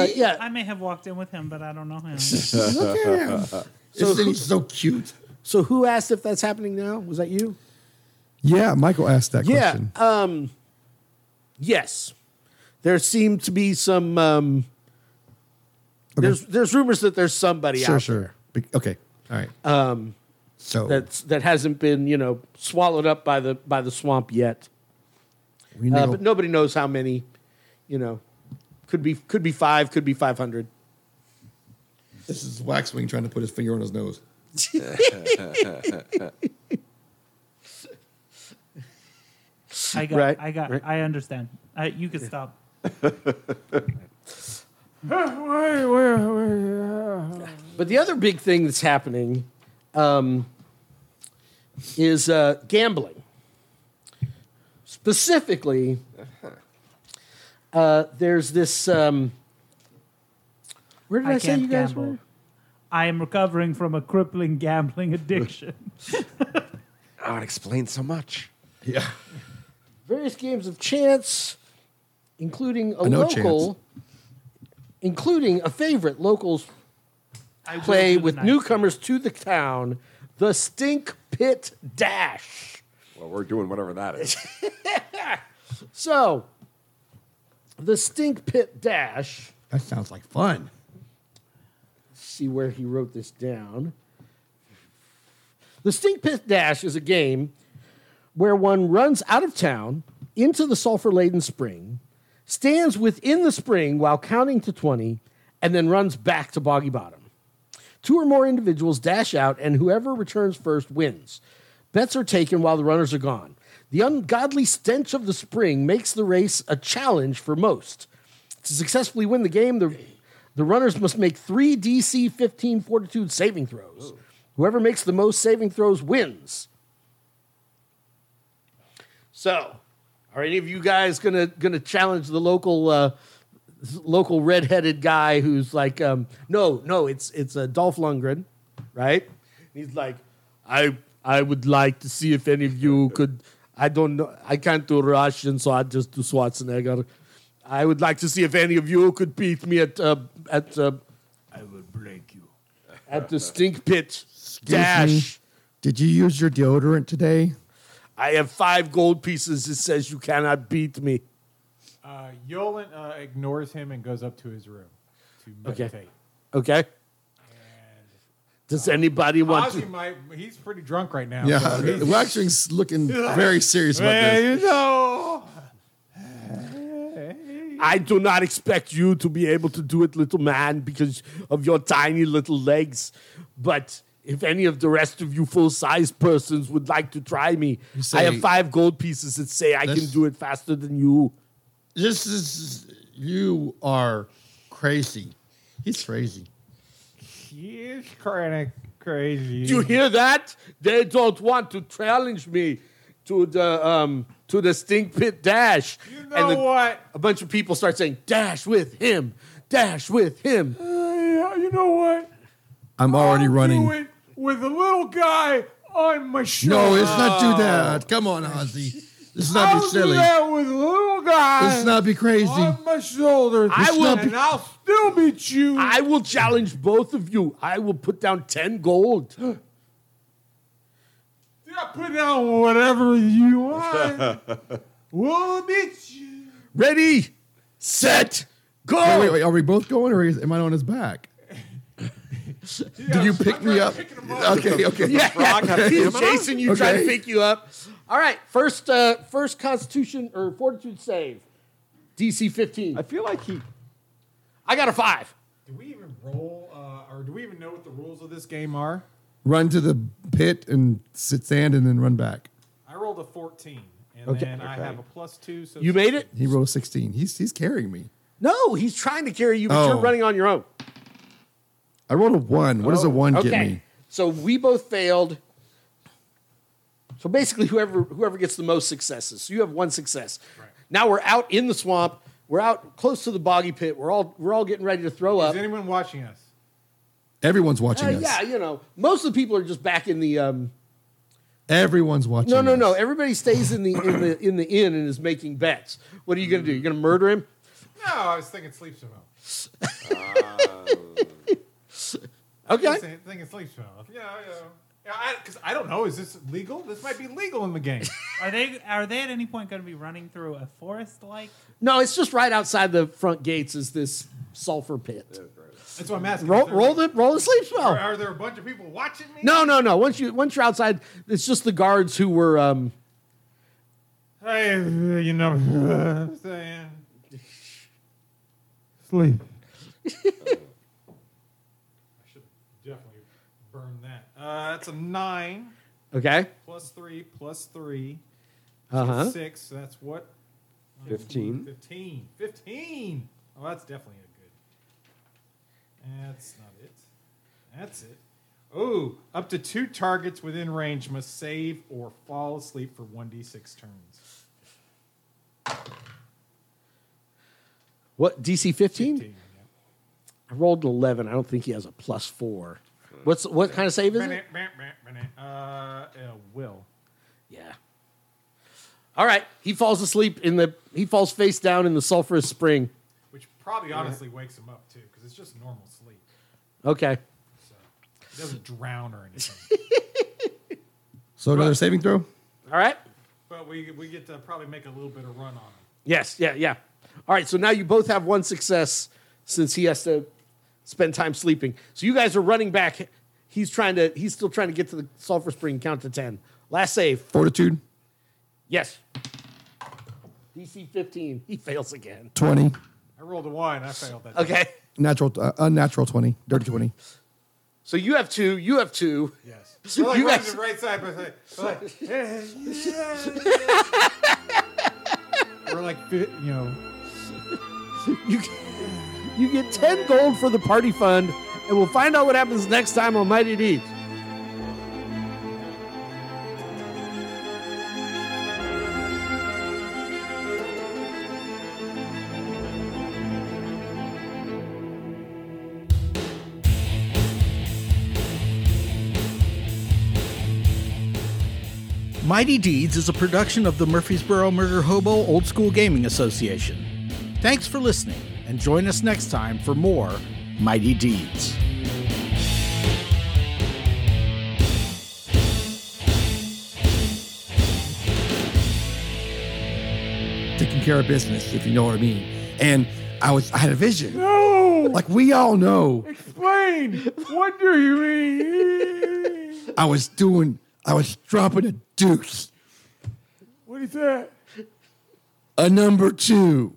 B: uh, yeah,
F: I may have walked in with him, but I don't know
B: <laughs>
F: him.
D: Look at him. Isn't he so cute?
B: so who asked if that's happening now? Was that you?
D: Yeah, Michael asked that
B: Yeah.
D: question.
B: Um, yes, there seem to be some. Um, There's there's rumors that there's somebody
D: sure,
B: out
D: sure. Be- okay, all right. Um, so
B: there that's that hasn't been you know swallowed up by the by the swamp yet.
D: we
B: Uh,
D: know.
B: but nobody knows how many. You know, could be could be five, could be five hundred.
D: this is Waxwing trying to put his finger on his nose.
F: I got,
B: Right,
F: I got, I understand. I, you could stop.
B: But the other big thing that's happening um, is uh, gambling. Specifically, uh, there's this. Um, where did I,
F: I
B: say
F: can't
B: you guys
F: gamble.
B: were?
F: I am recovering from a crippling
B: <laughs>
F: gambling <laughs> addiction.
E: Oh, it explains so much.
B: Various games of chance, including a
D: know
B: local, including a favorite locals
F: I will
B: play
F: do the
B: with
F: night.
B: newcomers to the town, the Stink Pit Dash.
E: Well, we're doing whatever that <laughs> is.
B: So, the Stink Pit Dash.
J: That sounds like fun.
B: see where he wrote this down. The Stink Pit Dash is a game where one runs out of town into the sulfur laden spring, stands within the spring while counting to 20, and then runs back to Boggy Bottom. Two or more individuals dash out, and whoever returns first wins. Bets are taken while the runners are gone. The ungodly stench of the spring makes the race a challenge for most. To successfully win the game, the, the runners must make three DC 15 fortitude saving throws. Whoever makes the most saving throws wins. So, are any of you guys gonna gonna challenge the local uh, local redheaded guy who's like, um, no, no, it's it's uh, Dolph Lundgren, right? And he's like, I I would like to see if any of you could. I don't know. I can't do Russian, so I just do Schwarzenegger. I would like to see if any of you could beat me at uh, at uh,
K: I will break you.
B: at the stink pit dash.
D: Did you use your deodorant today?
B: I have five gold pieces. It says you cannot beat me.
C: Uh, Yolan uh, ignores him and goes up to his room to
B: Okay.
C: meditate.
B: Okay. Does anybody want
C: Ozzy
B: to?
C: might, he's pretty drunk right now.
D: Yeah, <laughs>
C: so he's-
D: Waxing's looking very serious about
C: Yeah,
D: this.
C: you know.
B: I do not expect you to be able to do it, little man, because of your tiny little legs. But if any of the rest of you full size persons would like to try me, I
D: say-
B: have five gold pieces that say I can
D: That's-
B: do it faster than you.
D: This is you are crazy. He's crazy.
C: He's kind of crazy.
B: Do you hear that? They don't want to challenge me to the um to the stink pit dash.
D: <laughs>
C: You
B: And
C: know
B: the-
C: what?
B: A bunch of people start saying dash with him, dash with him.
C: Yeah, you know what?
D: I'm already
C: I'll
D: running.
C: Do it with a little guy on my shoulder.
D: No, let's not do that. Come on, Ozzy. Let's not
C: I'll
D: be silly.
C: do Oh, that with a little guy
D: Let's not be crazy.
C: on my shoulder.
B: I will-
C: and I'll still beat you.
B: I will challenge both of you. I will put down ten gold.
C: Yeah, put down whatever
D: <laughs>
C: you want. we'll beat you.
B: Ready, set, go.
D: Wait, wait, wait. Are we both going, or is, am I on his back? Did you pick me up? Okay, okay.
B: Yeah, <laughs> he's chasing you, trying to
D: Okay.
B: pick you up. All right, first, uh, first Constitution or Fortitude save, DC fifteen.
E: I feel like he.
B: I got a five.
C: Do we even roll, uh, or do we even know what the rules of this game are?
D: Run to the pit and sit sand, and then run back.
C: I rolled a 14, and
B: Okay.
C: then I have a plus two. So
B: You made it.
D: He rolled 16. He's he's carrying me.
B: No, he's trying to carry you, but
D: Oh.
B: you're running on your own.
D: I rolled a one. What
B: Oh,
D: does a one get me?
B: So we both failed. So basically, whoever whoever gets the most successes. So you have one success. Now we're out in the swamp. We're out close to the boggy pit. We're all we're all getting ready to throw up.
C: Is anyone watching us?
D: Everyone's watching
B: Uh,
D: us.
B: yeah, you know, most of the people are just back in the. Um,
D: Everyone's watching.
B: no, no,
D: us.
B: no. Everybody stays in the in the in the inn and is making bets. What are you going to do? You're going to murder him?
C: No, I was thinking sleep spell. I
B: Okay.
C: was thi- thinking sleep spell. Yeah, yeah. Yeah, because I, don't know. Is this legal? This might be legal in the game.
F: Are they are they at any point going to be running through a forest like?
B: No, it's just right outside the front gates is this sulfur pit.
C: That's what I'm asking. Is
B: Roll,
C: there-
B: roll the roll the sleep
C: Are,
B: spell.
C: are there a bunch of people watching me?
B: No, no, no. Once you once you're outside, it's just the guards who were. Um,
C: Hey, you know what I'm saying? Sleep. I should definitely burn that. Uh, that's a nine
B: okay.
C: plus three plus three.
B: Uh huh.
C: Six. so That's what?
E: 15.
C: 15. 15. Oh, that's definitely a good. That's not it. That's it. Oh, up to two targets within range must save or fall asleep for 1d6 turns.
B: What DC 15?
C: 15,
B: I rolled an 11. I don't think he has a plus four. What's what kind of save is
C: yeah.
B: it?
C: Uh, uh, will.
B: Yeah. All right. He falls asleep in the he falls face down in the sulfurous spring.
C: Which probably honestly wakes him up too, because it's just normal sleep.
B: Okay.
C: So he doesn't drown or anything.
L: So another saving throw.
B: All right.
C: but we, we get to probably make a little bit of run on him.
B: Yes. Yeah. Yeah. All right. So now you both have one success since he has to spend time sleeping. So you guys are running back. He's trying to. He's still trying to get to the sulfur spring. Count to ten. Last save.
L: Fortitude.
B: Yes. DC fifteen. He fails again.
L: Twenty.
C: I rolled a one. I failed that.
B: Okay.
L: Natural. Uh, unnatural twenty. Dirty twenty.
B: So you have two. You have two.
C: Yes. So
B: <laughs>
C: like
B: You
C: you
B: guys-
C: the right side by side. So
B: <laughs>
C: like,
B: <laughs>
C: We're like, fit- you know,
B: You get, you get 10 gold for the party fund, and we'll find out what happens next time on Mighty Deeds.
M: Mighty Deeds is a production of the Murfreesboro Murder Hobo Old School Gaming Association. Thanks for listening, and join us next time for more Mighty Deeds.
D: taking care of business, if you know what I mean. And I was, I had a vision. Like we all know,
C: explain. What do you mean?
D: I was doing, I was dropping a deuce,
C: What is that?
D: a number two.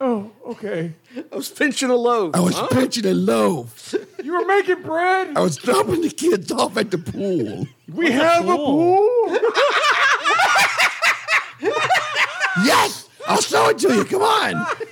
C: Oh, okay.
B: I was pinching a loaf.
D: I was pinching a loaf.
C: You were making bread.
D: I was dropping the kids off at the pool.
C: We have a pool.
D: Yes, I'll show it to you. Come on.